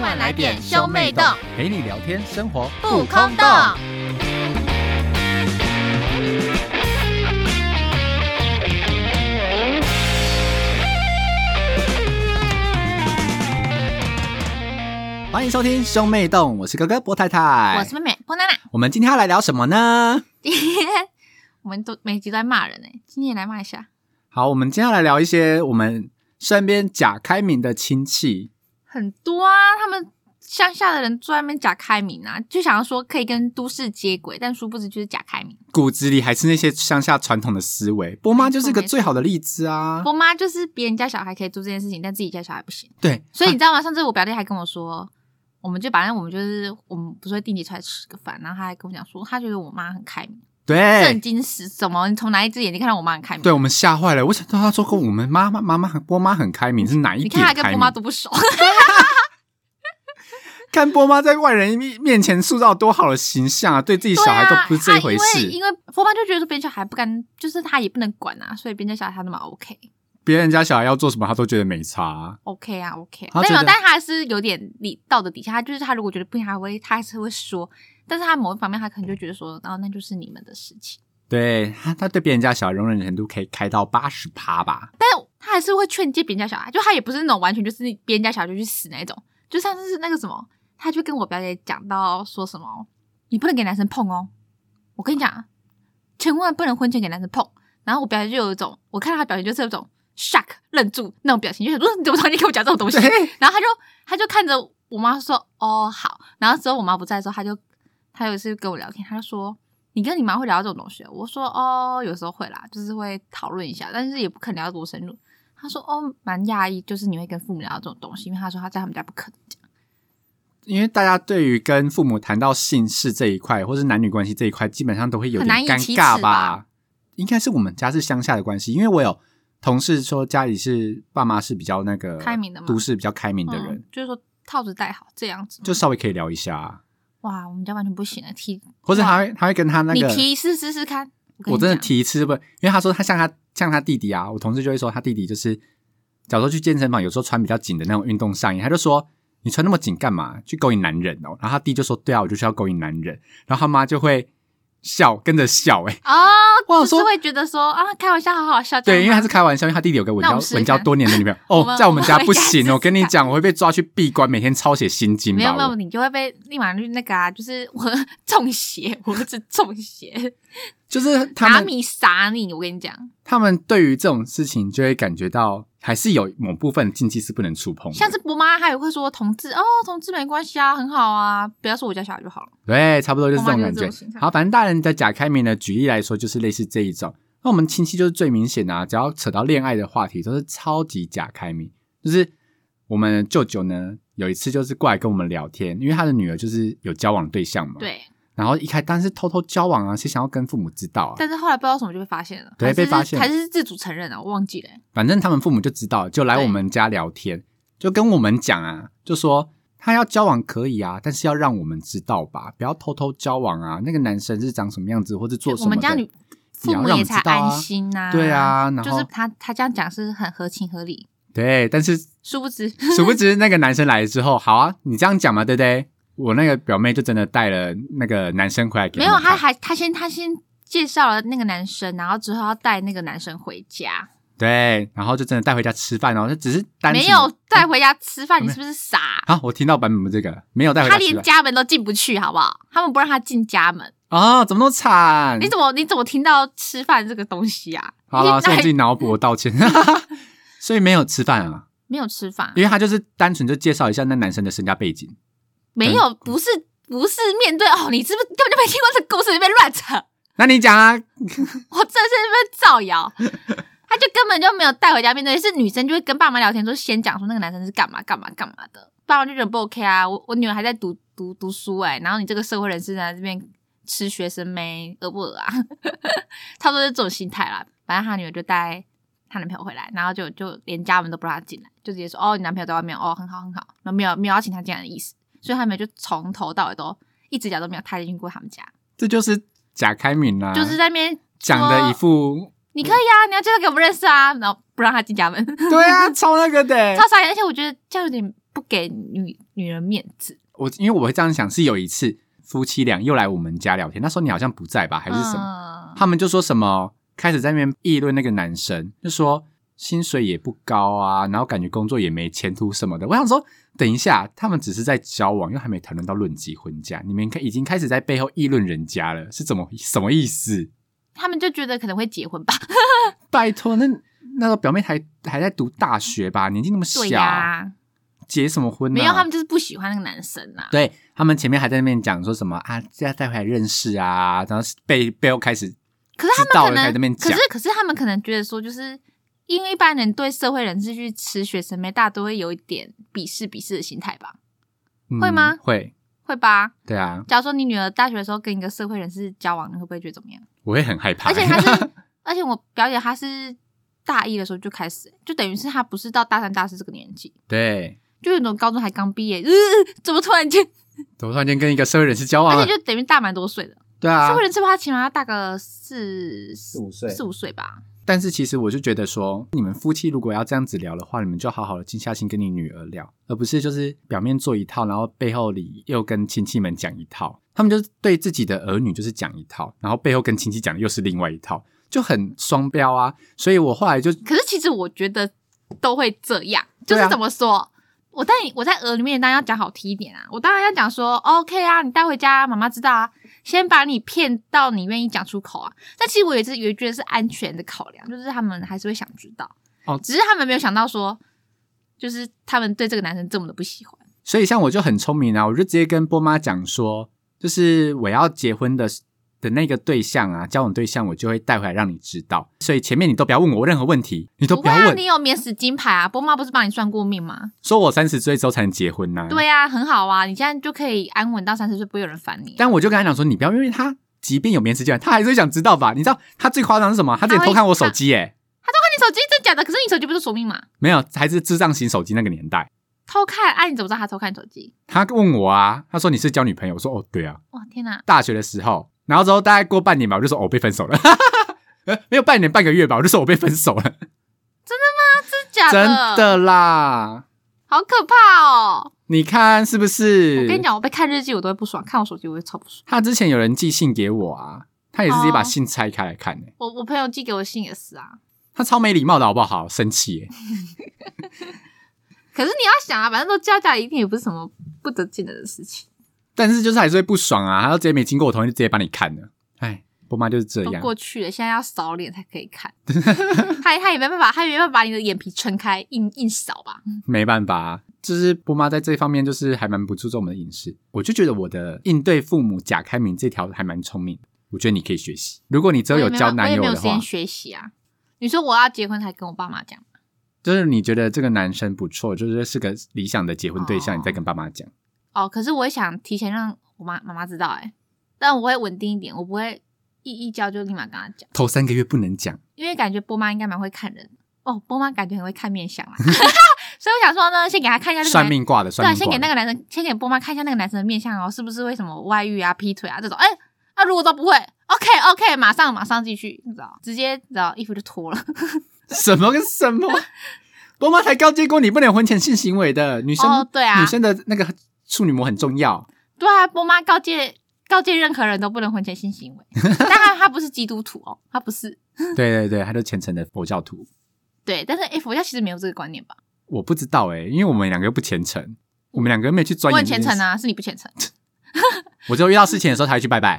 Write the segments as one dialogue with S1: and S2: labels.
S1: 快来点兄妹洞，
S2: 陪你聊天，生活
S1: 不空洞。
S2: 欢迎收听兄妹洞，我是哥哥波太太，
S1: 我是妹妹波娜娜，
S2: 我们今天要来聊什么呢？
S1: 今天 我们都每集都在骂人呢、欸今天也来骂一下。
S2: 好，我们今天要来聊一些我们身边假开明的亲戚。
S1: 很多啊，他们乡下的人住在那边假开明啊，就想要说可以跟都市接轨，但殊不知就是假开明。
S2: 骨子里还是那些乡下传统的思维，波妈就是个最好的例子啊！
S1: 我妈就是别人家小孩可以做这件事情，但自己家小孩不行。
S2: 对，
S1: 所以你
S2: 啊
S1: 知 道吗？上次我表弟还跟我说，我们就反正我们就是我们不是会定期出来吃个饭，然后他还跟我讲说，他觉得我妈很开明，震
S2: 对
S1: 惊死！什么？你从哪一只眼睛看到我妈很开明？
S2: 对，我们吓坏了。我想到他说过我们妈妈妈妈波妈很开明，是哪一
S1: 你
S2: 点
S1: 看他跟
S2: 开
S1: 波
S2: 明？
S1: 妈都不熟，
S2: 看波妈在外人面面前塑造多好的形象啊，对自己小
S1: 对
S2: 孩
S1: 啊，
S2: 都不是这一回
S1: 啊因为
S2: 事。
S1: 因为波妈就觉得说别人家小孩不敢，就是他也不能管啊，所以别人家小孩他那么 OK。
S2: 别人家小孩要做什么，他都觉得没差啊。
S1: OK 啊，OK，啊
S2: 他
S1: 但没
S2: 觉
S1: 有
S2: 得
S1: 但他还是有点理道德底线。他就是他如果觉得不行，他还会他还是会说，但是他某一方面他可能就觉得说，哦，那就是你们的事情。
S2: 对他，他对别人家小孩容忍程度可以开到八十趴吧？
S1: 但他还是会劝诫别人家小孩，就他也不是那种完全就是别人家小孩就去死那种。就上次是那个什么，他就跟我表姐讲到说什么，你不能给男生碰哦。我跟你讲，啊千万不能婚前给男生碰。然后我表姐就有一种，我看到她表情就是有一种 shock 愣住那种表情，就想说 你怎么突然间给我讲这种东西？
S2: 对
S1: 然后他就他就看着我妈说：“哦，好。”然后之后我妈不在的时候，他就他有一次跟我聊天，他就说：“你跟你妈会聊到这种东西哦？”我说：“哦，有时候会啦，就是会讨论一下，但是也不肯聊到多深入。”他说：“哦，蛮讶异，就是你会跟父母聊到这种东西，因为他说他在他们家不可能讲。
S2: 因为大家对于跟父母谈到姓氏这一块，或是男女关系这一块，基本上都会有
S1: 很
S2: 点
S1: 难以
S2: 尴
S1: 启齿
S2: 尬
S1: 吧
S2: 应该是我们家是乡下的关系，因为我有同事说家里是爸妈是比较那个
S1: 开明的吗
S2: 都市比较开明的人，
S1: 嗯、就是说套子戴好这样子。
S2: 就稍微可以聊一下啊，
S1: 哇，我们家完全不行啊，提
S2: 或者
S1: 哇
S2: 他会他会跟他那个
S1: 你提试试试看。我跟
S2: 我
S1: 你
S2: 真的
S1: 讲
S2: 提一次不，因为他说他像他像他弟弟啊，我同事就会说他弟弟就是，假如说去健身房，有时候穿比较紧的那种运动上衣，他就说你穿那么紧干嘛？去勾引男人哦。然后他弟就说对啊，我就是要勾引男人。然后他妈就会笑，跟着笑、欸，哎，
S1: 哦，
S2: 我想
S1: 就是
S2: 说
S1: 会觉得说啊，开玩笑，好好笑。这样
S2: 对，因为他
S1: 吗
S2: 是开玩笑，因为他弟弟有个文
S1: 那我
S2: 教
S1: 们试试
S2: 文教
S1: 看
S2: 多年的 女朋友，
S1: 我
S2: 哦，
S1: 们
S2: 在我们家
S1: 我们
S2: 不
S1: 应该
S2: 行
S1: 试
S2: 哦，
S1: 试
S2: 跟你
S1: 看
S2: 讲，我会被抓去闭关，每天抄写心经
S1: 没有
S2: 吧。
S1: 没有，
S2: 我
S1: 你就会被立马就那个啊，就是我中邪，我是中邪，
S2: 就是 他
S1: 拿
S2: 们
S1: 米撒你，我跟你讲，
S2: 他们对于这种事情就会感觉到，还是有某部分禁忌是不能触碰的。
S1: 像是我妈，她也会说同志哦，同志没关系啊，很好啊，不要说我家小孩就好了。
S2: 对，差不多就是这种
S1: 我妈
S2: 感
S1: 就是
S2: 觉
S1: 这种形。象
S2: 好，反正大人的假开明的举例来说，就是类似这一种。那我们亲戚就是最明显的、啊，只要扯到恋爱的话题，都是超级假开明。就是我们舅舅呢，有一次就是过来跟我们聊天，因为他的女儿就是有交往对象嘛。。
S1: 对，
S2: 然后一开，但是偷偷交往啊，是想要跟父母知道啊。
S1: 但是后来不知道什么就被发现了，
S2: 对
S1: 还是
S2: 被发现
S1: 还是自主承认啊了，我忘记了。
S2: 反正他们父母就知道了，就来
S1: 对
S2: 我们家聊天，就跟我们讲啊，就说他要交往可以啊，但是要让我们知道吧，不要偷偷交往啊。那个男生是长什么样子，或者做什
S1: 我
S2: 么
S1: 们
S2: 的。
S1: 家女父
S2: 也要
S1: 母
S2: 让我
S1: 也
S2: 们知
S1: 才
S2: 道啊
S1: 安心呐、
S2: 对啊然后
S1: 就是他他这样讲是很合情合理，
S2: 对，但是
S1: 殊不 知
S2: 殊不知那个男生来了之后，好啊，你这样讲嘛，对不对？我那个表妹就真的带了那个男生回来给
S1: 没
S2: 他
S1: 有，
S2: 们看
S1: 他还他先他先介绍了那个男生，然后之后要带那个男生回家。
S2: 对，然后就真的带回家吃饭哦，就只是单纯
S1: 没有带回家吃饭，
S2: 没
S1: 你是不是傻？
S2: 好，我听到版本不是这个了没有带回
S1: 他
S2: 家吃
S1: 连
S2: 饭
S1: 家门都进不去，好不好？他们不让他进家门，
S2: 啊、怎么那么惨？
S1: 你怎么你怎么听到吃饭这个东西啊？
S2: 好了，
S1: 你
S2: 是我自己
S1: 哪
S2: 脑补，我道歉。 所以没有吃饭啊，
S1: 没有吃饭，
S2: 因为他就是单纯就介绍一下那男生的身家背景，
S1: 没
S2: 嗯
S1: 有，不是不是面对哦，你是不是根本就没听过这故事，你被乱扯，
S2: 那你讲啊，
S1: 我真的是被造谣。他就根本就没有带回家面对，是女生就会跟爸妈聊天，说先讲说那个男生是干嘛干嘛干嘛的，爸妈就觉得不 OK 啊。我我女儿还在读读读书哎、然后你这个社会人士在这边吃学生妹，恶不恶啊？ 差不多是这种心态啦。反正她女儿就带她男朋友回来，然后就就连家门都不让她进来，就直接说哦，你男朋友在外面哦，很好很好，然后没有没有邀请她进来的意思，所以他们就从头到尾都一直讲都没有踏进过他们家，
S2: 这就是假开明啦、
S1: 就是在那边
S2: 啊讲的一
S1: 说
S2: 副
S1: 你可以
S2: 嗯
S1: 啊，你要介 绍给我们认识啊，然后不让他进家门，
S2: 对啊，超那个的、
S1: 超傻眼。而且我觉得这样有点不给女女人面子，
S2: 我因为我会这样想，是有一次夫妻俩又来我们家聊天，那时候你好像不在吧，还
S1: 嗯
S2: 是什么？
S1: 么
S2: 他们就说什么开始在那边议论那个男生，就说薪水也不高啊，然后感觉工作也没前途什么的。我想说，等一下，他们只是在交往，又还没谈论到论及婚嫁，你们开已经开始在背后议论人家了，是怎么什么意思？
S1: 他们就觉得可能会结婚吧？
S2: 拜托，那那时候表妹还还在读大学吧，年纪那么小
S1: 对，呀、
S2: 结什么婚、啊？
S1: 没有，他们就是不喜欢那个男生啊啦、
S2: 对他们前面还在那边讲说什么啊，这要带回来认识啊，然后背背后开始
S1: 可是他
S2: 知道
S1: 们可
S2: 了才在那边
S1: 能，可
S2: 讲
S1: 是可是他们可能觉得说，就是因为一般人对社会人士去吃学生妹，大都会有一点鄙视鄙视的心态吧？
S2: 嗯
S1: 会吗
S2: 会，
S1: 会吧？
S2: 对啊，
S1: 假如说你女儿大学的时候跟一个社会人士交往，你会不会觉得怎么样？
S2: 我会很害怕。
S1: 而且她是，而且我表姐她是大一的时候就开始，就等于是她不是到大三大四这个年纪，
S2: 对，
S1: 就有种高中还刚毕业， 呃，怎么突然间，
S2: 怎么突然间跟一个社会人士交往
S1: 而
S2: 了
S1: 且？就等于大蛮多岁的。
S2: 对啊
S1: 社，会人士吧，他起码要大个四四
S2: 五岁
S1: 四五岁吧。
S2: 但是其实我就觉得说，你们夫妻如果要这样子聊的话，你们就好好的静下心跟你女儿聊，而不是就是表面做一套，然后背后里又跟亲戚们讲一套。他们就是对自己的儿女就是讲一套，然后背后跟亲戚讲的又是另外一套，就很双标啊。所以我后来就
S1: 可是其实我觉得都会这样，就
S2: 对
S1: 是
S2: 啊
S1: 怎么说？我在我在儿里面当然要讲好听一点啊，我当然要讲说 OK 啊，你带回家，妈妈知道啊，先把你骗到你愿意讲出口啊。但其实我也是也觉得是安全的考量，就是他们还是会想知道，
S2: 哦
S1: 只是他们没有想到说，就是他们对这个男生这么的不喜欢。
S2: 所以像我就很聪明啊，我就直接跟波妈讲说，就是我要结婚的的那个对象啊，交往对象，我就会带回来让你知道。所以前面你都不要问我任何问题，你都
S1: 不
S2: 不
S1: 会
S2: 要
S1: 啊，
S2: 问，
S1: 你有免死金牌啊，波妈不是帮你算过命吗？
S2: 说我三十岁之后才能结婚呐、。
S1: 对啊，很好啊，你现在就可以安稳到三十岁，不会有人烦你。
S2: 但我就跟他讲说，你不要因为他即便有面试进来，他还是会想知道吧？你知道他最夸张是什么？他之前偷看我手机、耶，
S1: 那你手机真假的？可是你手机不是锁密码？
S2: 没有，还是智障型手机那个年代。
S1: 偷看？哎、啊，你怎么知道他偷看手机？
S2: 他问我啊，他说你是交女朋友，我说哦对啊，
S1: 哇，天哪！
S2: 大学的时候，然后之后大概过半年吧，我就说哦我被分手了， 呃没有半年半个月吧，我就说我被分手了，
S1: 真假
S2: 真
S1: 的？
S2: 的啦，
S1: 好可怕哦！
S2: 你看是不是？
S1: 我跟你，讲，我被看日记我都会不爽，看我手机我会超不爽。
S2: 他之前有人寄信给我啊，他也是直接把
S1: 哦
S2: 信拆开来看、欸
S1: 我我朋友寄给我的信也是啊。
S2: 他超没礼貌的好不好？生气、欸耶。
S1: 可是你要想啊，反正都交代，一定也不是什么不得劲的事情，
S2: 但是就是还是会不爽啊，他就直接没经过我同意就直接帮你看了。哎，波妈就是这
S1: 都
S2: 样，
S1: 过去了，现在要扫脸才可以看。 他他也没办法，他也没办法把你的眼皮撑开，硬硬扫吧。
S2: 没办法、啊，就是波妈在这方面就是还蛮不注重我们的饮食。我就觉得我的应对父母假开明这条还蛮聪明的，我觉得你可以学习。如果你只
S1: 我也
S2: 有有
S1: 没
S2: 交
S1: 办法我
S2: 男
S1: 也
S2: 友
S1: 没有
S2: 的
S1: 时
S2: 话
S1: 间，学习啊。你说我要结婚才跟我爸妈讲。
S2: 就是你觉得这个男生不错，就是是个理想的结婚对象，
S1: 哦
S2: 你再跟爸妈讲。
S1: 哦，可是我也想提前让我妈妈妈知道、欸，哎，但我会稳定一点，我不会一一交就立马跟她讲，
S2: 头三个月不能讲，
S1: 因为感觉波妈应该蛮会看人的哦，波妈感觉很会看面 相啊，所以我想说呢，先给她看一下这个
S2: 算
S1: 男，
S2: 命卦的，
S1: 对啊，
S2: 算命
S1: 先给那
S2: 卦的。
S1: 个男生，先给波妈看一下那个男生的面相哦，是不是为什么外遇啊、劈腿啊这种，哎、啊，如果都不会，OK OK，马上马上继续，你知道，直接你知道衣服就脱了，
S2: 什么跟 什么？波妈才高阶过，你不能有婚前性行为的女生。
S1: 哦对啊
S2: 女生的那个处女膜很重要。
S1: 对啊，波妈告诫告诫任何人都不能婚前性行为， 但她她不是基督徒哦，她不是，
S2: 对对对，他就虔诚的佛教徒。
S1: 对，但是哎、佛教其实没有这个观念吧。
S2: 我不知道哎、因为我们两个又不虔诚，我们两个又没有去钻
S1: 我
S2: 研。
S1: 很虔诚！啊，是你不虔诚。
S2: 我只有遇到事情的时候才会去拜拜。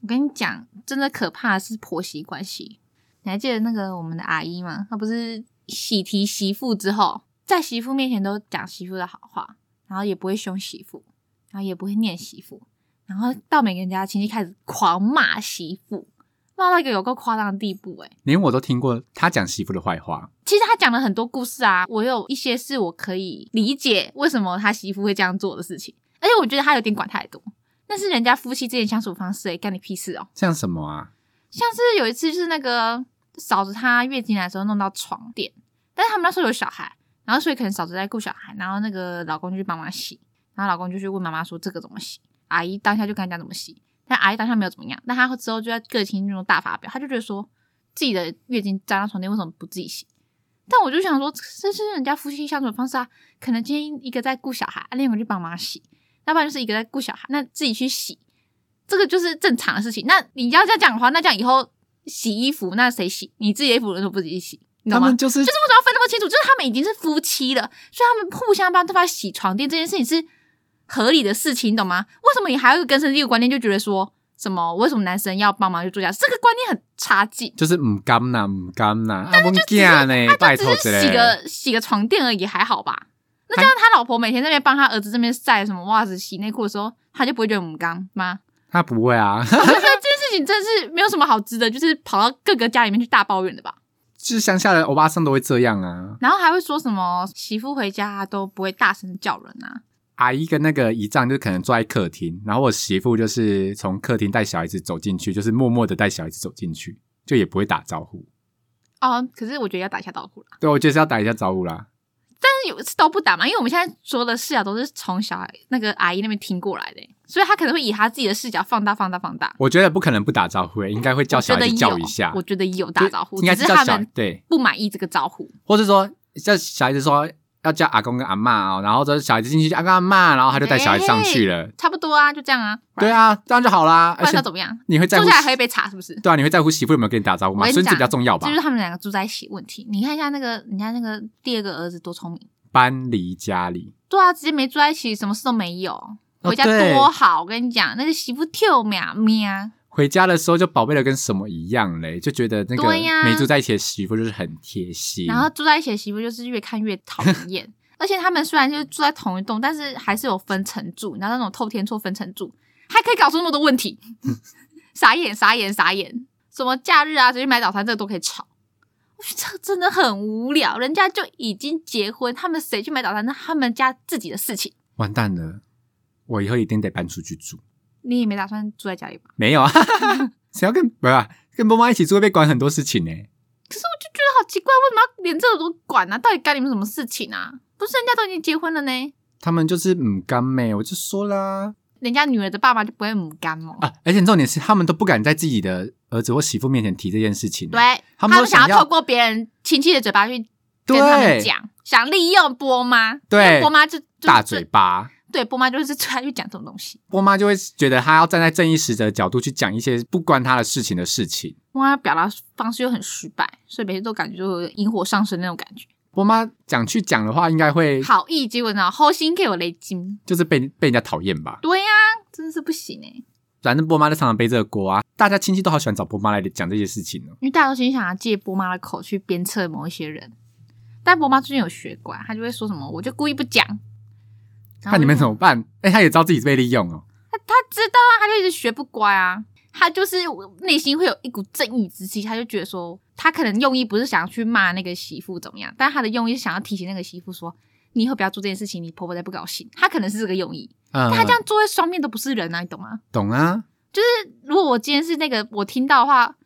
S1: 我跟你讲，真的可怕的是婆媳关系。你还记得那个我们的阿姨吗？她不是喜提媳妇之后，在媳妇面前都讲媳妇的好话，然后也不会凶媳妇，然后也不会念媳妇，然后到每个人家的亲戚开始狂骂媳妇，骂到一个有够夸张的地步、欸，
S2: 连我都听过他讲媳妇的坏话，
S1: 其实他讲了很多故事啊，我有一些是我可以理解为什么他媳妇会这样做的事情，而且我觉得他有点管太多。那是人家夫妻之间相处方式、欸，干你屁事哦！
S2: 像什么啊？
S1: 像是有一次就是那个嫂子她月经来的时候弄到床垫，但是他们那时候有小孩，然后所以可能嫂子在顾小孩，然后那个老公就去帮忙洗，然后老公就去问妈妈说这个怎么洗，阿姨当下就跟他讲怎么洗，但阿姨当下没有怎么样，但她之后就在各亲那种大发表，她就觉得说自己的月经沾到床垫为什么不自己洗，但我就想说，这是人家夫妻相处的方式啊。可能今天一个在顾小孩，啊另一个去帮忙洗，要不然就是一个在顾小孩，那自己去洗，这个就是正常的事情。那你要这样讲的话，那这样以后洗衣服，那谁洗？你自己的衣服为什么不自己洗？你
S2: 他
S1: 懂吗？
S2: 们就是
S1: 就是为什么要分那么清楚？就是他们已经是夫妻了，所以他们互相帮对方洗床垫这件事情是合理的事情，你懂吗？为什么你还有一个根深蒂固的观念，就觉得说什么为什么男生要帮忙去做家事？这个观念很差劲。
S2: 就是唔甘呐，唔甘呐，啊阿翁囝呢，哎拜托
S1: 只
S2: 之
S1: 是洗
S2: 类的。
S1: 个洗个床垫而已，还好吧？那这样他老婆每天在那边帮他儿子这边晒什么袜子、洗内裤的时候，他就不会觉得母刚吗？
S2: 他不会啊，
S1: 我觉得这件事情真的是没有什么好值得，就是跑到各个家里面去大抱怨的吧。
S2: 就是乡下的欧巴桑都会这样啊。
S1: 然后还会说什么媳妇回家啊都不会大声地叫人啊，
S2: 阿姨跟那个姨丈就是可能坐在客厅，然后我媳妇就是从客厅带小孩子走进去，就是默默的带小孩子走进去，就也不会打招呼。
S1: 哦，可是我觉得要打一下招呼啦。
S2: 对，我就是要打一下招呼啦。
S1: 但是有都不打嘛，因为我们现在说的视角都是从小孩那个阿姨那边听过来的、欸所以她可能会以她自己的视角放大、放大、放大。
S2: 我觉得不可能不打招呼、欸，应该会叫小
S1: 我
S2: 孩
S1: 觉
S2: 子
S1: 得
S2: 叫
S1: 有
S2: 一下，
S1: 我觉得有打招呼，
S2: 应该
S1: 只
S2: 是
S1: 是
S2: 叫
S1: 他
S2: 小
S1: 们
S2: 对，
S1: 不满意这个招呼。
S2: 或是说叫小孩子说要叫阿公跟阿妈哦，然后这小孩子进去就阿公阿妈，然后他就带小孩子上去了。
S1: 差不多啊，就这样啊。
S2: 对，啊，这样就好啦。
S1: 不
S2: 而
S1: 然
S2: 且
S1: 要怎么样？
S2: 你会在
S1: 坐
S2: 乎
S1: 下来喝一杯茶，是不是？
S2: 对啊，你会在乎媳妇有没有跟你打招呼
S1: 我
S2: 吗？
S1: 跟你
S2: 孙子
S1: 讲
S2: 比较重要吧
S1: 这就。是他们两个住在一起的问题。你看一下那个人家那个第二个儿子多聪明，
S2: 搬离家里，
S1: 对啊，直接没住在一起，什么事都没有，回家
S2: 哦对
S1: 多好。我跟你讲，那个媳妇跳喵喵。
S2: 回家的时候就宝贝的跟什么一样嘞，就觉得那个
S1: 对呀
S2: 没住在一起的媳妇就是很贴心。
S1: 然后住在一起的媳妇就是越看越讨人厌。 而且他们虽然就是住在同一栋，但是还是有分层住，然后那种透天厝分层住，还可以搞出那么多问题，傻眼傻眼傻眼！什么假日啊，随便买早餐这个都可以吵，我觉得这真的很无聊。人家就已经结婚，他们谁去买早餐，那他们家自己的事情。
S2: 完蛋了，我以后一定得搬出去住。
S1: 你也没打算住在家里吧？
S2: 没有啊， 谁要跟不是啊跟妈妈一起住会被管很多事情呢、
S1: 可是我就觉得好奇怪，为什么要连这个都管啊？到底干你们什么事情啊？不是人家都已经结婚了呢，
S2: 他们就是唔甘妹，我就说啦，
S1: 人家女儿的爸妈就不会母干哦。
S2: 啊，而且重点是，他们都不敢在自己的儿子或媳妇面前提这件事情。
S1: 对，他
S2: 他们都
S1: 们想
S2: 想要
S1: 透过别人亲戚的嘴巴去跟他们
S2: 对，
S1: 讲，想利用波妈，
S2: 对
S1: 因为波妈就、就是、
S2: 大嘴，巴，
S1: 对，波妈就是最爱去讲这种东西。
S2: 波妈就会觉得她要站在正义使者的角度去讲一些不关她的事情的事情。
S1: 波妈表达方式又很失败，所以每次都感觉就有引火上身那种感觉。
S2: 波妈讲去讲的话，应该会
S1: 好意结果呢，好心给我雷金，
S2: 就是被被人家讨厌吧。
S1: 对呀、真的是不行哎、
S2: 反正波妈就常常背这个锅啊，大家亲戚都好喜欢找波妈来讲这些事情哦。
S1: 因为大家都心想要借波妈的口去鞭策某一些人，但波妈最近有学乖，她就会说什么，我就故意不讲。然啊后
S2: 看你们
S1: 就
S2: 怎么办？哎、她也知道自己被利用哦。
S1: 他知道啊，他就一直学不乖啊。他就是内心会有一股正义之气，他就觉得说，他可能用意不是想要去骂那个媳妇怎么样，但他的用意是想要提醒那个媳妇说，你以后不要做这件事情，你婆婆才不高兴。他可能是这个用意，
S2: 嗯，
S1: 但他这样做会双面都不是人啊，你懂吗？
S2: 懂啊？
S1: 就是如果我今天是那个我听到的话，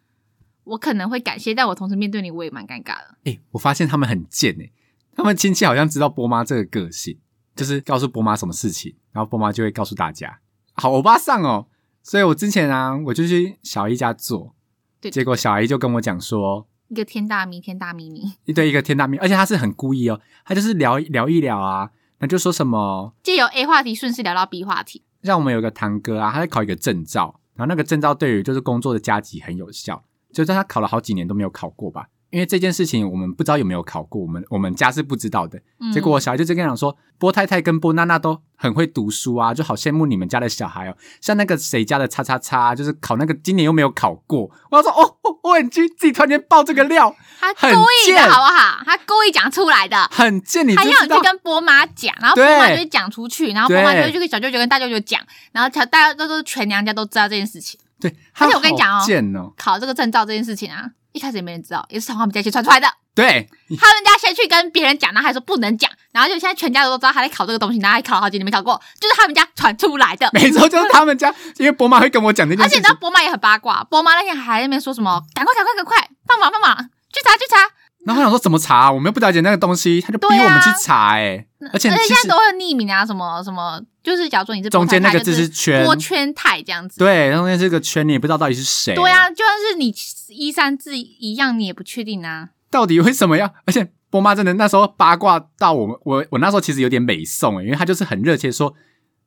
S1: 我可能会感谢，但我同时面对你，我也蛮尴尬的。
S2: 哎、我发现他们很贱哎、他们亲戚好像知道波妈这个个性，就是告诉波妈什么事情，然后波妈就会告诉大家。好欧巴上哦，所以我之前啊，我就去小姨家做，
S1: 对
S2: 结果小姨就跟我讲说，
S1: 一个天大迷，天大迷迷，
S2: 一对一个天大命，而且她是很故意哦，她就是聊聊一聊啊，那就说什么
S1: 借由 A 话题顺势聊到 B 话题，
S2: 让我们有个堂哥啊，他在考一个证照，然后那个证照对于就是工作的加急很有效，就算他考了好几年都没有考过吧，因为这件事情我们不知道有没有考过，我们我们家是不知道的。
S1: 嗯、
S2: 结果我小孩就直接跟我讲说，波太太跟波娜娜都很会读书啊，就好羡慕你们家的小孩哦。像那个谁家的叉叉叉，就是考那个今年又没有考过。我要说哦哦，ONG，自己突然间爆这个料，
S1: 他
S2: 很
S1: 故意的
S2: 贱
S1: 好不好？他故意讲出来的，
S2: 很贱，哦你知
S1: 他
S2: 不
S1: 要
S2: 知
S1: 你去
S2: 道？
S1: 跟波妈讲，然后波妈就会讲出去，然后波妈就
S2: 对
S1: 会去跟小舅舅跟大舅舅讲，然后小大家都都全娘家都知道这件事情。
S2: 对，
S1: 而且我跟你讲哦
S2: 他好贱哦，
S1: 考这个证照这件事情啊，一开始也没人知道，也是从他们家先传出来的。
S2: 对，
S1: 他们家先去跟别人讲，然后还说不能讲，然后就现在全家都知道他在考这个东西，然后还考了好几年没考过，就是他们家传出来的。
S2: 没错，就是他们家，因为波妈会跟我讲这件
S1: 而
S2: 事
S1: 且你
S2: 情
S1: 知，道波妈也很八卦，波妈那天还在那边说什么，赶快赶快赶快，帮忙帮忙，去查去查。
S2: 然后我想说怎么查啊、我们又不了解那个东西，他就逼
S1: 对啊
S2: 我们去查、欸，哎、而且
S1: 而且
S2: 其
S1: 现
S2: 实
S1: 在都会有匿名啊，什么什么，就是假如说你是波
S2: 中间那
S1: 太太
S2: 个字是圈，
S1: 就是波圈太这样子。
S2: 对，中间这个圈你也不知道到底是谁，
S1: 对啊，就算是你一三字一样，你也不确定啊。
S2: 到底为什么要？而且波妈真的那时候八卦到我们，我我那时候其实有点美送、欸，因为她就是很热切地说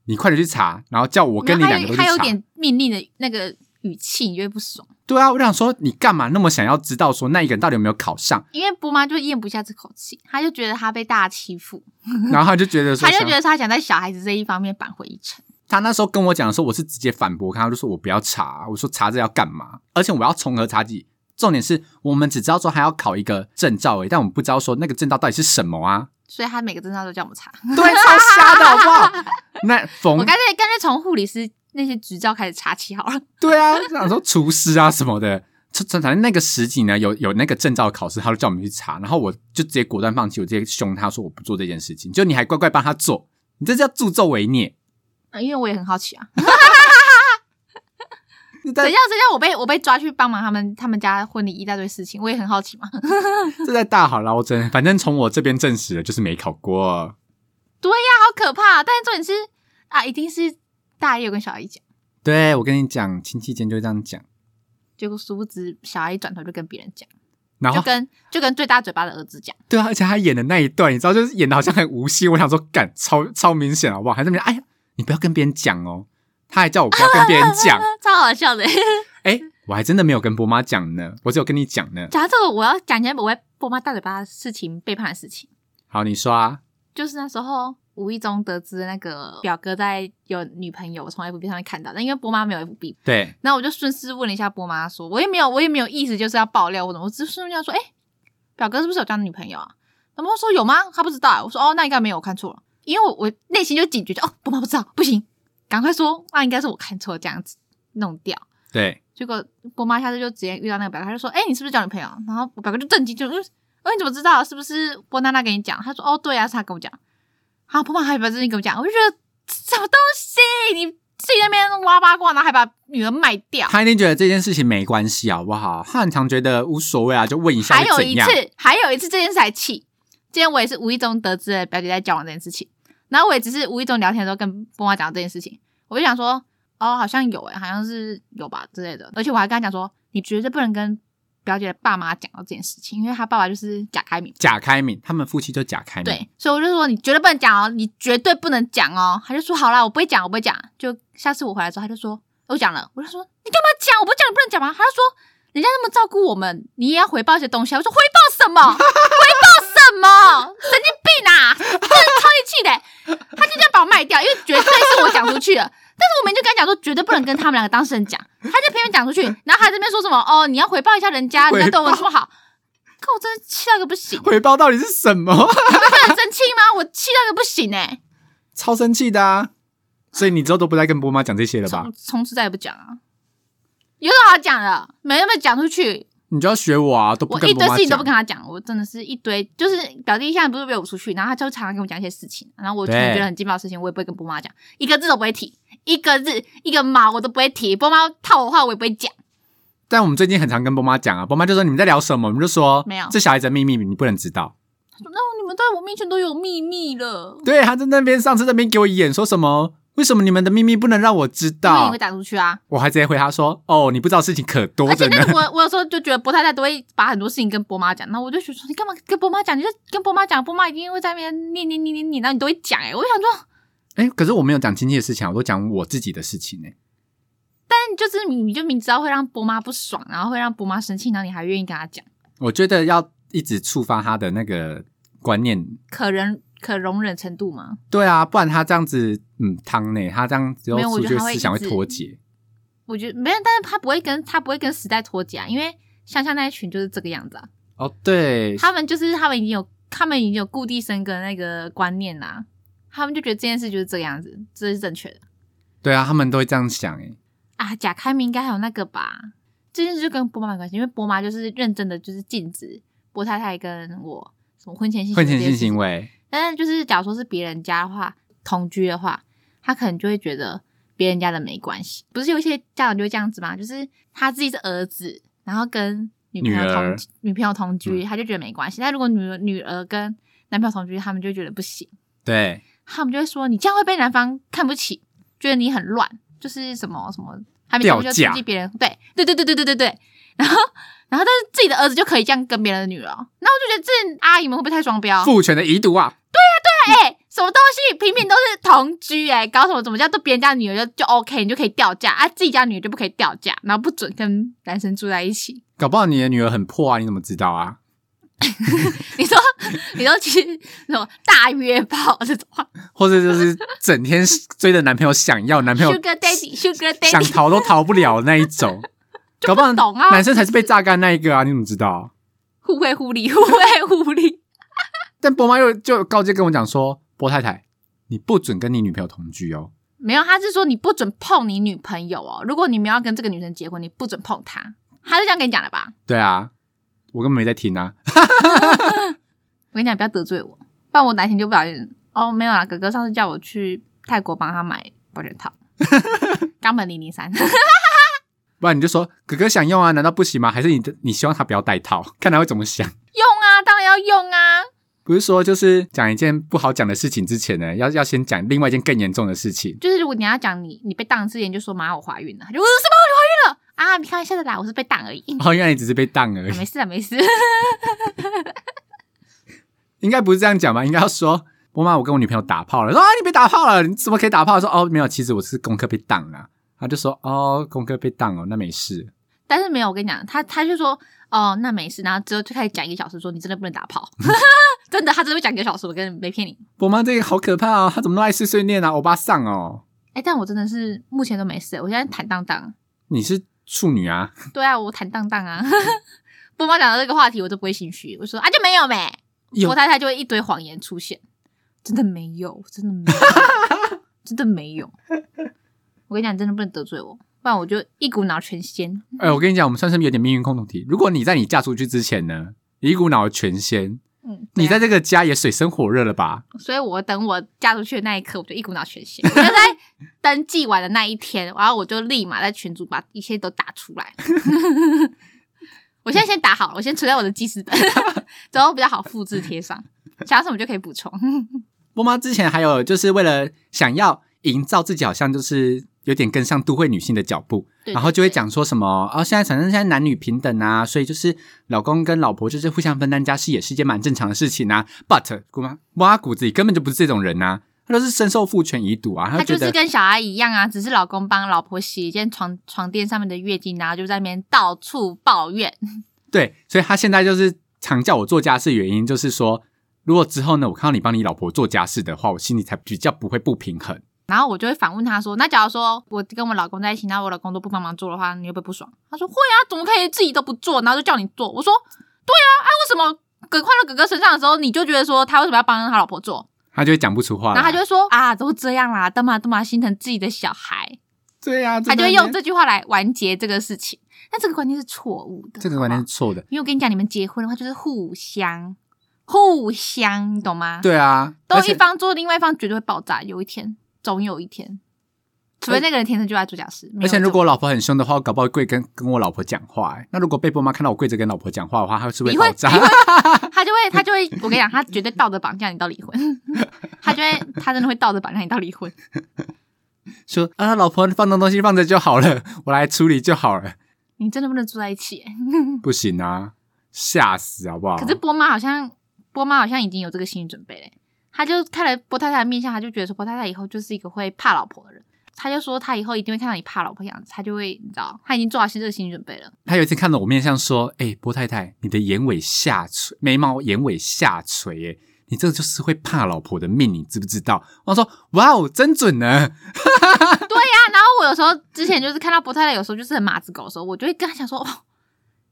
S2: 你快点去查，然后叫我跟你两个都去
S1: 他有
S2: 查。
S1: 点命令的那个语气，你就会不爽，
S2: 对啊，我想说你干嘛那么想要知道说那一个人到底有没有考上？
S1: 因为波妈就咽不下这口气，她就觉得她被大家欺负，
S2: 然后她就觉得
S1: 她嗯
S2: 说
S1: 就
S2: 想，
S1: 觉得她想在小孩子这一方面扳回一城。
S2: 他那时候跟我讲的时候，我是直接反驳他，我就说我不要查，我说查这要干嘛？而且我要从何查起？重点是我们只知道说还要考一个证照欸而已，但我们不知道说那个证照到底是什 么啊？
S1: 所以她每个证照都叫我们查。
S2: 对，超瞎的好不好？那
S1: 我
S2: 冯
S1: 干脆干脆从护理师那些执照开始查起好了。
S2: 对啊，想说厨师啊什么的，就反正那个时期呢，有有那个证照考试，他就叫我们去查，然后我就直接果断放弃，我直接凶他说我不做这件事情，就你还乖乖帮他做，你这叫助纣为虐。
S1: 呃因为我也很好奇啊，
S2: 你
S1: 等一
S2: 在
S1: 下，等一下，我被我被抓去帮忙他们他们家婚礼一大堆事情，我也很好奇嘛。
S2: 这在大好捞针，反正从我这边证实了，就是没考过。
S1: 好可怕、但是重点是啊，一定是大姨有跟小姨讲，
S2: 对，我跟你讲，亲戚间就会这样讲。
S1: 结果殊不知小姨转头就跟别人讲，
S2: 然
S1: 就
S2: 后
S1: 跟就跟最大嘴巴的儿子讲，
S2: 对啊，而且他演的那一段，你知道，就是演的好像很无心。我想说，干超超明显，好不好？还是没哎呀，你不要跟别人讲哦。他还叫我不要跟别人讲，
S1: 超好笑的。
S2: 哎、我还真的没有跟波妈讲呢，我只有跟你讲呢。
S1: 讲到这个，我要讲一件我被波妈大嘴巴的事情，背叛的事情，
S2: 好，你说啊，
S1: 就是那时候。无意中得知那个表哥在有女朋友，我从 FB 上面看到，但因为波妈没有 FB，
S2: 对，
S1: 然后我就顺势问了一下波妈说，我也没有，我也没有意思，就是要爆料或者我只是顺便要说，哎、表哥是不是有交女朋友啊？然后波妈说有吗？他不知道、啊。我说哦，那应该没有，我看错了，因为我我内心就警觉，就哦，波妈不知道，不行，赶快说，啊那应该是我看错，这样子弄掉。
S2: 对，
S1: 结果波妈下次就直接遇到那个表哥，他就说，哎、你是不是交女朋友？然后我表哥就震惊，就嗯，哦，你怎么知道？是不是波娜娜跟你讲？他说哦，对啊，是他跟我讲。好，波妈还把这件事情跟我讲，我就觉得什么东西，你自己在那边挖八卦，然后还把女儿卖掉。
S2: 他一定觉得这件事情没关系，好不好？他很常觉得无所谓啊，就问一下
S1: 还
S2: 又
S1: 有
S2: 怎
S1: 一
S2: 样？
S1: 次，还有一次这件事还气。今天我也是无意中得知了表姐在交往这件事情，然后我也只是无意中聊天的时候跟波妈讲到这件事情，我就想说，哦，好像有诶、好像是有吧之类的。而且我还跟她讲说，你绝对不能跟表姐的爸妈讲到这件事情，因为她爸爸就是贾开明。
S2: 贾开敏，他们夫妻就贾开敏，
S1: 对，所以我就说你绝对不能讲哦，你绝对不能讲哦。她就说好啦，我不会讲，我不会讲。就下次我回来之后，她就说我讲了，我就说你干嘛讲？我不讲，你不能讲吗？她就说人家那么照顾我们，你也要回报一些东西啊。我说回报什 么？回报什么？神经病啊！真的超级气的、她就这样把我卖掉，因为绝对是我讲出去的。但是我明明就跟她讲说，绝对不能跟他们两个当事人讲，她就偏偏讲出去，然后还这边说什么哦，你要回报一下人家，人家对我们这么好，看我真的气到一个不行。欸
S2: 回报到底是什么？
S1: 很生气吗？我气到一个不行哎、
S2: 超生气的啊！所以你之后都不再跟波妈讲这些了吧
S1: 从？从此再也不讲啊，有什么好讲的？没那么讲出去，
S2: 你就要学我啊，都不
S1: 我
S2: 跟
S1: 一
S2: 波
S1: 堆
S2: 妈
S1: 事情都不跟
S2: 讲。
S1: 他讲，我真的是一堆，就是表弟现在不是约我出去，然后他就常常跟我讲一些事情，然后我可能
S2: 对
S1: 觉得很劲爆的事情，我也不会跟波妈讲，一个字都不会提，一个字一个毛我都不会提，波妈套我话我也不会讲，
S2: 但我们最近很常跟波妈讲啊，波妈就说你们在聊什么，我们就说
S1: 没有
S2: 这小孩子的秘密你不能知道。
S1: 他说那你们在我面前都有秘密了，
S2: 对，他在那边上次那边给我演说什么？为什么你们的秘密不能让我知
S1: 因为你
S2: 道
S1: 会？打出去啊。
S2: 我还直接回他说：“哦，你不知道事情可多
S1: 而且
S2: 着呢
S1: 那。个我我有时候就觉得波太太都会把很多事情跟波妈讲，那我就觉得说你干嘛跟波妈讲？你就跟波妈讲，波妈一定会在那边念念念念念，然后你都会讲哎、欸我就想说，”
S2: 哎、可是我没有讲亲戚的事情啊，我都讲我自己的事情呢、欸
S1: 但就是你你就明知道会让波妈不爽，然后会让波妈生气，然后你还愿意跟她讲，
S2: 我觉得要一直触发他的那个观念，
S1: 可忍可容忍程度吗？
S2: 对啊，不然他这样子，嗯，汤呢，他这样之后
S1: 没有我
S2: 出
S1: 觉得
S2: 去
S1: 他会
S2: 思想
S1: 一
S2: 会
S1: 直
S2: 脱节。
S1: 我觉得没有，但是她不会跟她不会跟时代脱节啊，因为乡下那一群就是这个样子啊，
S2: 哦，对，
S1: 他们就是他们已经有他们已经有固定生根的那个观念啦、他们就觉得这件事就是这个样子，这是正确的。
S2: 对啊，他们都会这样想，哎，
S1: 啊，贾开明应该还有那个吧？这件事就跟波妈有关系，因为波妈就是认真的，就是禁止波太太跟我什么婚前性
S2: 婚前性
S1: 行
S2: 行
S1: 为。
S2: 为，
S1: 但是就是假如说是别人家的话，同居的话，他可能就会觉得别人家的没关系。不是有一些家长就会这样子吗？就是他自己是儿子，然后跟女嗯朋友
S2: 女
S1: 同
S2: 儿
S1: 居女朋友同居，他就觉得没关系。但如果女儿女儿跟男朋友同居，他们就觉得不行。
S2: 对，
S1: 他们就会说你这样会被男方看不起，觉得你很乱，就是什么什么还没
S2: 掉
S1: 结婚就
S2: 价
S1: 刺激别人，对对对对对对对对。然后然后但是自己的儿子就可以这样跟别人的女儿哦，那我就觉得这阿姨们会不会太双标？
S2: 父权的遗毒啊，
S1: 哎、什么东西平平都是同居哎、搞什么怎么叫都别人家女儿就就 OK，你就可以掉价啊，自己家女儿就不可以掉价，然后不准跟男生住在一起。
S2: 搞不好你的女儿很破啊，你怎么知道啊？
S1: 你说 你说其实那种大约炮这种话
S2: 或者就是整天 追着男朋友想要男朋友
S1: ，Sugar Daddy Sugar
S2: 想
S1: Daddy
S2: 逃都逃不了的那一 种，搞不好
S1: 懂啊
S2: 男生才是被榨干那一个啊，你怎么知道？
S1: 互惠互利，互惠互利。
S2: 但波妈又就告诫跟我讲说，波太太，你不准跟你女朋友同居哦。
S1: 没有，他是说你不准碰你女朋友哦，如果你们要跟这个女生结婚，你不准碰她。他是这样跟你讲的吧？
S2: 对啊，我根本没在听啊。
S1: 我跟你讲，不要得罪我，不然我哪天就不小心哦，没有啦，哥哥上次叫我去泰国帮他买保险套，冈本零零三。
S2: 不然你就说哥哥想用啊，难道不行吗？还是你的你希望他不要戴套， 看他会怎么想？
S1: 用啊，当然要用啊。
S2: 不是说就是讲一件不好讲的事情之前呢，要要先讲另外一件更严重的事情。
S1: 就是如果你要讲你你被当之前就说妈我怀孕了，他就我什么我怀孕了啊？你开玩笑的啦，我是被当而 已，
S2: 哦，原来你只是被当而
S1: 啊
S2: 已，
S1: 没事啊，没事。
S2: 应该不是这样讲吧？应该要说波妈，我跟我女朋友打炮了。说啊，你被打炮了，你怎么可以打炮？说哦，没有，其实我是功课被当了、他就说哦，功课被当哦，那没事。
S1: 但是没有，我跟你讲，他他就说哦那没事，然后之后就开始讲一个小时，说你真的不能打炮， 真的，他真的会讲一个小时，我跟你没骗你。
S2: 波妈这个好可怕哦，她怎么那么爱碎碎念啊？欧巴桑哦，
S1: 哎，但我真的是目前都没事，我现在坦荡荡。
S2: 你是处女啊？
S1: 对啊，我坦荡荡啊。 波妈讲到这个话题，我都不会心虚，我说啊就没有没，
S2: 有
S1: 我太太就会一堆谎言出现，真的没有，真的没有， 真的没有。我跟你讲，你真的不能得罪我，不然我就一股脑全掀。
S2: 哎、我跟你讲，我们算是有点命运共同体。如果你在你嫁出去之前呢，一股脑全掀，
S1: 嗯，
S2: 你在
S1: 这，
S2: 这个家也水深火热了吧？
S1: 所以我等我嫁出去的那一刻，我就一股脑全掀。我 就在登记完的那一天，然后我就立马在群组把一切都打出 来。 我现在先打好了，我先存在我的记事本， 之后比较好复制贴上，想要什么就可以补充。
S2: 波妈之前还有就是为了想要营造自己好像就是有点跟上都会女性的脚步，
S1: 对
S2: 然后就会
S1: 对对
S2: 讲说什么啊、现在反正现在男女平等啊，所以就是老公跟老婆就是互相分担家事也是一件蛮正常的事情啊。But 姑妈波妈骨子里根本就不是这种人呐、啊，她就是深受父权遗毒啊，她
S1: 她
S2: 觉
S1: 就
S2: 得
S1: 是跟小阿姨一样啊，只是老公帮老婆洗一件床床垫上面的月经，然后就在那边到处抱怨。
S2: 对，所以她现在就是常叫我做家事，的原因就是说，如果之后呢，我看到你帮你老婆做家事的话，我心里才比较不会不平衡。
S1: 然后我就会反问她说：“那假如说我跟我老公在一起，那我老公都不帮忙做的话，你会不会不爽？”她说：“会啊，怎么可以自己都不做，然后就叫你做？”我说：“对啊，啊，为什么哥换到哥哥身上的时候，你就觉得说他为什么要帮他老婆做？
S2: 她就会讲不出话来，
S1: 然后他就会说啊，都这样啦，干嘛干嘛心疼自己的小孩，
S2: 对呀、啊，
S1: 他就会
S2: 真的
S1: 用这句话来完结这个事情。但这个观念是错误的，
S2: 这个观念
S1: 好不好
S2: 是错的。
S1: 因为我跟你讲，你们结婚的话就是互相互相，你懂吗？，
S2: 对啊，
S1: 都
S2: 而
S1: 一
S2: 且
S1: 方做，另外一方绝对会爆炸，有一天，总有一天，除非那个人天生就爱做假事。没有
S2: 而且
S1: 这
S2: 如
S1: 种
S2: 果我老婆很凶的话，我搞不好跪跟跟我老婆讲话、欸。那如果被波妈看到我跪着跟老婆讲话的话，她是不是
S1: 你
S2: 会
S1: 会
S2: 爆炸？
S1: 他就会他就会，我跟你讲，他绝对道德绑架你到离婚， 他就会他真的会道德绑架你到离婚。
S2: 说啊，老婆放东东西放着就好了，我来处理就好了。
S1: 你真的不能住在一起、
S2: 不行啊，吓死好不好？
S1: 可是波妈好像波妈好像已经有这个心理准备嘞、她就看了波太太的面相，她就觉得说波太太以后就是一个会怕老婆的人。她就说她以后一定会看到你怕老婆的样子，她就会你知道，她已经做好心这个心理准备了。
S2: 她有一次看到我面相说：“哎、波太太，你的眼尾下垂，眉毛眼尾下垂、欸，你这个就是会怕老婆的命，你知不知道？”我说：“哇哦，真准呢！
S1: 对呀、啊然后我有时候之前就是看到波太太，有时候就是很马子狗的时候，我就会跟他讲说，哦，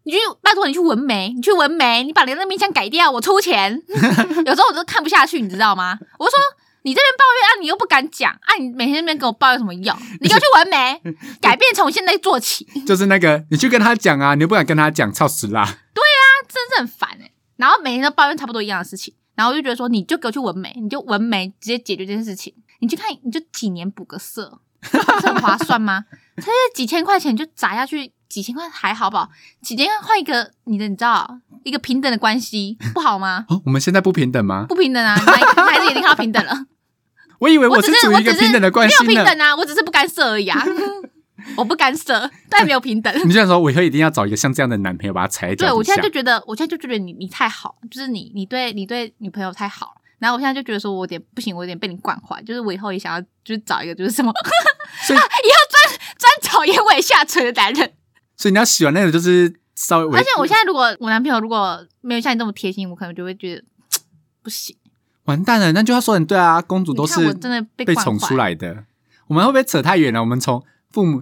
S1: 你去拜托你去纹眉，你去纹眉，你把你的那面相改掉，我出钱。 有时候我都看不下去，你知道吗？我就说你这边抱怨啊，你又不敢讲啊，你每天那边给我抱怨什么用？你给我去纹眉，改变从现在做起，
S2: 就是那个，你去跟她讲啊，你又不敢跟她讲，操死啦！
S1: 他真的很烦哎、然后每天都抱怨差不多一样的事情，然后我就觉得说，你就给我去纹眉，你就纹眉直接解决这件事情，你去看你就几年补个色，这很划算吗？ 才几千块钱就砸下去，几千块还好不好？几千块换一个你的，你知道一个平等的关系不好吗？
S2: 哦，我们现在不平等吗？
S1: 不平等啊，哪一哪一次已经看到平等了？
S2: 我以为
S1: 我
S2: 我
S1: 只
S2: 处
S1: 是
S2: 于
S1: 我
S2: 一个
S1: 只是
S2: 平等的关系
S1: 没有
S2: 呢
S1: 平。等啊，我只是不干涉而已啊。 我不干涉，但没有平 等。
S2: 你这样说，我以后一定要找一个像这样的男朋友，把他踩在脚
S1: 对我
S2: 底
S1: 现在
S2: 下
S1: 就。觉得，我现在就觉得你你太好，就是你你对你对女朋友太好了。然后我现在就觉得说，我有点不行，我有点被你惯坏，就是我以后也想要就是找一个就是什么
S2: 所以，
S1: 专找眼尾下垂的男人。
S2: 所以你要喜欢那种就是稍微微……
S1: 而且我现在如果我男朋友如果没有像你这么贴心，我可能就会觉得不行。
S2: 完蛋了，那就要说很对啊，公主
S1: 你
S2: 都
S1: 看我
S2: 是
S1: 真的被
S2: 被
S1: 惯
S2: 宠
S1: 坏
S2: 出来的。我们会不会扯太远了？我们从父母、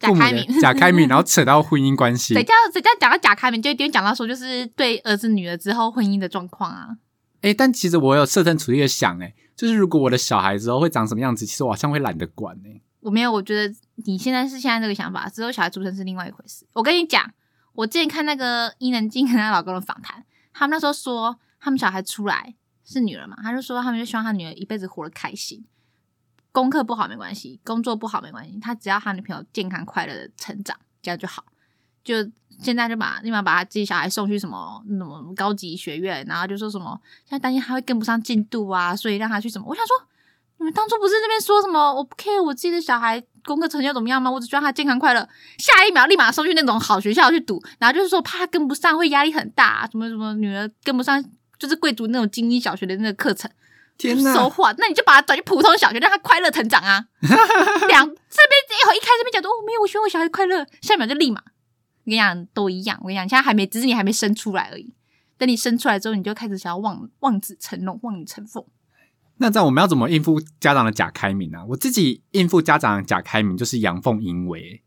S1: 贾
S2: 父母
S1: 开
S2: 的
S1: 明
S2: 贾开明，然后扯到婚姻关系
S1: 谁。叫谁叫讲到假开明，就一定讲到说就是对儿子女儿之后婚姻的状况啊。
S2: 哎，但其实我有设身处地的想，哎，就是如果我的小孩之后会长什么样子，其实我好像会懒得管哎。
S1: 我没有，我觉得你现在是现在这个想法，之后小孩出生是另外一回事。我跟你讲，我之前看那个伊能静跟她老公的访谈，他们那时候说他们小孩出来是女儿嘛，他就说他们就希望他女儿一辈子活得开心，功课不好没关系，工作不好没关系，他只要他女朋友健康快乐的成长，这样就好。就现在就把立马把他自己小孩送去什么什么高级学院，然后就说什么现在担心他会跟不上进度啊，所以让他去什么？我想说，你嗯们当初不是那边说什么我不 care 我自己的小孩功课成就怎么样吗？我只希望他健康快乐。下一秒立马送去那种好学校去读，然后就是说怕他跟不上会压力很大，什么什么女儿跟不上就是贵族那种精英小学的那个课程。
S2: 天
S1: 说
S2: 哪！
S1: 话，那你就把他转去普通小学，让他快乐成长 啊。两这边一会一开这边讲说哦，没有，我希望我小孩快乐，下一秒就立马。我跟你讲，都一样。我跟你讲，现在还没，只是你还没生出来而已。等你生出来之后，你就开始想要望望子成龙、望女成凤。
S2: 那这样我们要怎么应付家长的假开明啊？我自己应付家长的假开明就是阳奉阴违，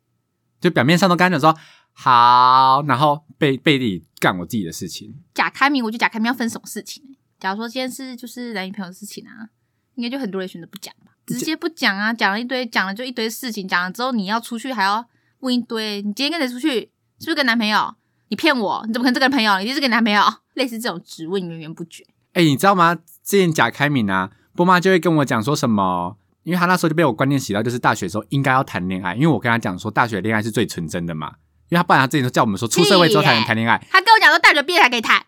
S2: 就表面上都跟他讲说好，然后背背地干我自己的事情。
S1: 假开明，我觉得假开明要分什么事情？假如说今天是就是男女朋友的事情啊，应该就很多人选择不讲吧，直接不讲啊，讲了一堆，讲了就一堆事情，讲了之后你要出去还要问一堆，你今天跟谁出去？是不是跟男朋友？你骗我？你怎么可能这个朋友？你就是跟男朋友？ 类似这种质问源源不绝。
S2: 哎、你知道吗？之前贾开敏啊，波妈就会跟我讲说什么，因为她那时候就被我观念洗到，就是大学的时候应该要谈恋爱，因为我跟她讲说大学恋爱是最纯真的嘛，因为她不然她之前都叫我们说出社会之后才能谈恋爱，
S1: 他跟我讲说大学毕业才可以谈，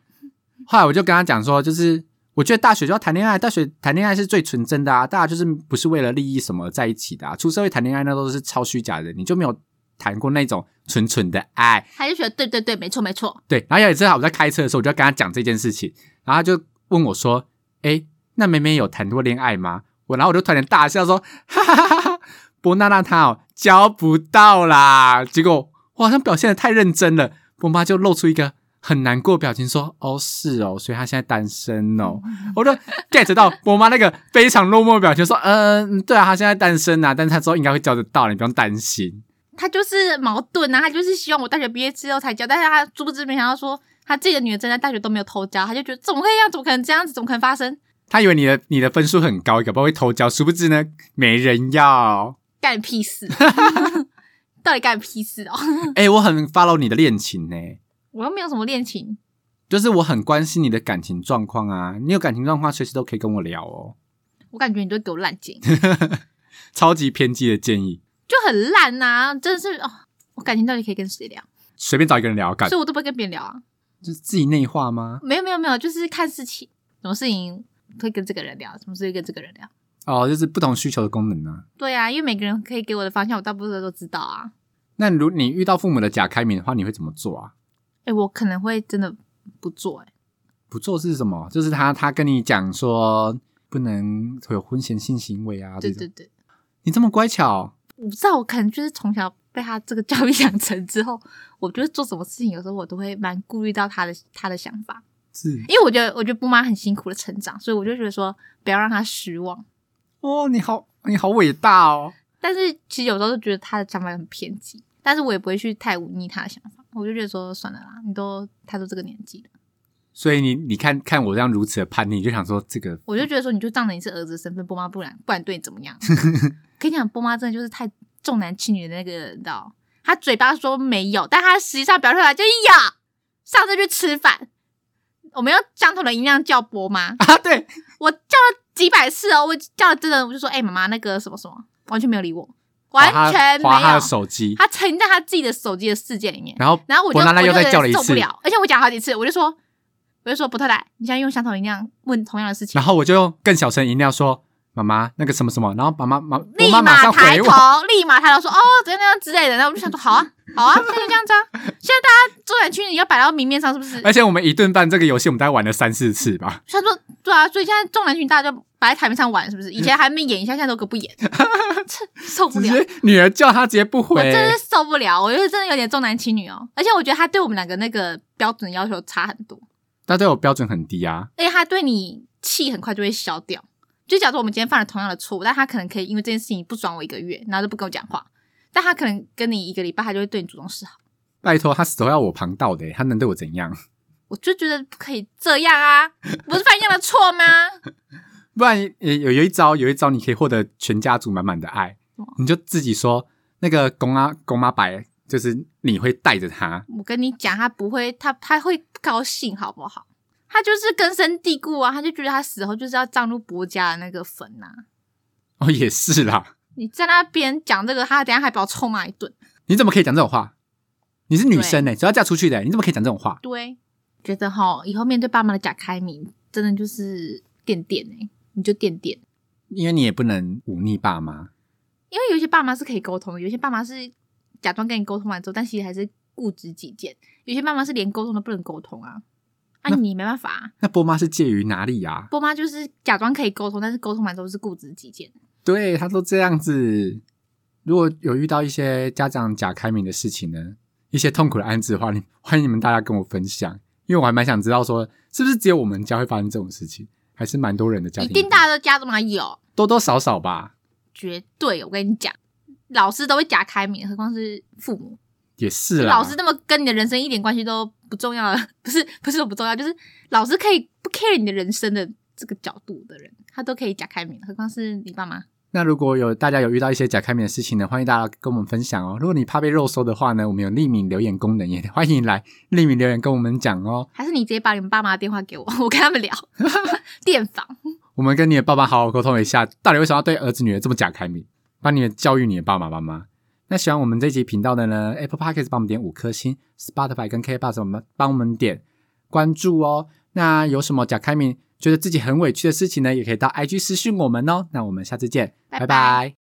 S2: 后来我就跟她讲说，就是我觉得大学就要谈恋爱，大学谈恋爱是最纯真的啊，大家就是不是为了利益什么在一起的啊，出社会谈恋爱那都是超虚假的，你就没有谈过那种纯纯的爱，
S1: 他就觉得对对对，没错没错。
S2: 对，然后有一次我在开车的时候，我就要跟他讲这件事情，然后他就问我说：“哎，那妹妹有谈过恋爱吗？”我然后我就突然大笑说：“哈哈哈哈，波娜娜她哦交不到啦。”结果我好像表现的太认真了，波妈就露出一个很难过的表情说：“哦，是哦，所以她现在单身哦。”我就 get 到波妈那个非常落寞的表情说：“嗯，对啊，她现在单身啊，但是她之后应该会交得到，你不用担心。
S1: 他就是矛盾啊，他就是希望我大学毕业之后才交，但是他殊不知没想到说他自己的女儿真的大学都没有偷交，他就觉得怎么会这样，怎么可能这样子，怎么可能发生？”
S2: 她以为你的你的分数很高，搞不好会偷交，殊不知呢没人要。
S1: 干你屁 事！到底干你屁事哦？
S2: 哎、我很 follow 你的恋情呢、
S1: 我又没有什么恋情，
S2: 就是我很关心你的感情状况啊。你有感情状况，随时都可以跟我聊哦。
S1: 我感觉你都给我烂建议，
S2: 超级偏激的建议，
S1: 就很烂呐、真的是哦。我感情到底可以跟谁聊？
S2: 随便找一个人聊，感
S1: 所以我都不会跟别人聊啊。
S2: 就是自己内化吗？
S1: 没有没有没有，就是看事情，什么事情会跟这个人聊，什么事情跟这个人聊。
S2: 哦，就是不同需求的功能啊。
S1: 对啊，因为每个人可以给我的方向，我大部分都知道啊。
S2: 那如你遇到父母的假开明的话，你会怎么做啊？
S1: 哎，我可能会真的不做哎、
S2: 不做是什么？就是他他跟你讲说不能有婚前性行为啊。
S1: 对
S2: 这
S1: 对
S2: 种，
S1: 对，
S2: 你这么乖巧，
S1: 我不知道，我可能就是从小被他这个教育养成之后，我觉得做什么事情，有时候我都会蛮顾虑到他的他的想法。
S2: 是
S1: 因为我觉得，我觉得布妈很辛苦的成长，所以我就觉得说不要让她失望。
S2: 哦，你好你好伟大哦。
S1: 但是其实有时候就觉得她的想法很偏激，但是我也不会去太忤逆她的想法，我就觉得说算了啦，你都她都这个年纪了，
S2: 所以你你看看我这样如此的叛逆，你就想说这 个
S1: 我就觉得说你就当着你是儿子的身份，波妈不然不然对你怎么样？跟你讲，波妈真的就是太重男轻女的那个，你知道？她嘴巴说没有，但她实际上表现出来就是有。上次去吃饭，我们用相同的音量叫波妈，
S2: 啊，对，
S1: 我叫了几百次哦，我叫了真的，我就说，哎、妈妈，那个什么什么，完全没有理我，完全没
S2: 划他划他
S1: 有
S2: 的，手机，
S1: 他沉浸在他自己的手机的世界里面。
S2: 然后
S1: 然后我就
S2: 伯纳拉
S1: 我就
S2: 又再叫了一
S1: 受不
S2: 次，
S1: 了，而且我讲好几次，我就说，我就说伯特莱，你现在用相同音量问同样的事情
S2: 然，后我就用更小声的音量说：“妈妈那个什么什么，然后妈妈妈我
S1: 立
S2: 妈马
S1: 马
S2: 上
S1: 抬
S2: 回
S1: 头
S2: 我，，
S1: 立马抬头说哦，怎样怎样之类的。然后我就想说，好啊，好啊，那就这样子啊。现在大家中南区你要摆到明面上，是不是？
S2: 而且我们一顿饭这个游戏我们大概玩了三四次吧，
S1: 他说对啊，所以现在中南区大家就摆在台面上玩，是不是？以前还没演一下，现在都给我不演， 这受不
S2: 只
S1: 了。
S2: 是女儿叫他直接不
S1: 我
S2: 回，
S1: 真的是受不了，我觉得真的有点重男轻女哦。而且我觉得他对我们两个那个标准要求差很多，
S2: 他对我标准很低啊，
S1: 而且他对你气很快就会消掉。就假如我们今天犯了同样的错误，但他可能可以因为这件事情不爽我一个月，然后就不跟我讲话。但他可能跟你一个礼拜，他就会对你主动示好。
S2: 拜托他死都要我旁道的欸，他能对我怎样？
S1: 我就觉得不可以这样啊！不是犯一样的错吗？
S2: 不然呃有有一招，有一招你可以获得全家族满满的爱
S1: 什么，
S2: 你就自己说那个公阿公妈白，就是你会带着他，
S1: 我跟你讲，他不会，他他会不高兴，好不好？他就是根深蒂固啊，他就觉得他死后就是要葬入伯家的那个坟呐、
S2: 哦也是啦，
S1: 你在那边讲这个，他等一下还把我臭骂一顿。
S2: 你怎么可以讲这种话？你是女生呢、只要嫁出去的欸、你怎么可以讲这种话？
S1: 对，觉得哈，以后面对爸妈的假开明，真的就是垫垫哎，你就垫垫。
S2: 因为你也不能忤逆爸妈，
S1: 因为有些爸妈是可以沟通的，有些爸妈是假装跟你沟通完之后，但其实还是固执己见；有些爸妈是连沟通都不能沟通啊，啊，
S2: 那
S1: 你没办法、啊。
S2: 那波妈是介于哪里啊？
S1: 波妈就是假装可以沟通，但是沟通完之后是固执己见。
S2: 对他都这样子。如果有遇到一些家长假开明的事情呢，一些痛苦的案子的话，你 欢迎你们大家跟我分享，因为我还蛮想知道说，是不是只有我们家会发生这种事情，还是蛮多人的家
S1: 一
S2: 庭
S1: 定大家都家中嘛有，
S2: 多多少少吧，
S1: 绝对我跟你讲，老师都会假开明，何况是父母。
S2: 也是
S1: 就
S2: 啦。
S1: 老师那么跟你的人生一点关系都不重要了， 不是不是说不重要，就是老师可以不 care 你的人生的这个角度的人，他都可以假开明，何况是你爸妈。
S2: 那如果有大家有遇到一些假开明的事情呢，欢迎大家跟我们分享哦。如果你怕被肉搜的话呢，我们有匿名留言功能，也欢迎来匿名留言跟我们讲哦。
S1: 还是你直接把你们爸妈的电话给我， 我跟他们聊电访。
S2: 我们跟你的爸妈好好沟通一下，到底为什么要对儿子女儿这么假开明，帮你们教育你的爸爸妈妈。那喜欢我们这集频道的呢，Apple Podcast 帮我们点五颗星，Spotify 跟 K b o x 我们帮我们点关注哦。那有什么假开明，觉得自己很委屈的事情呢，也可以到 IG 私讯我们哦。那我们下次见，
S1: 拜拜
S2: 拜拜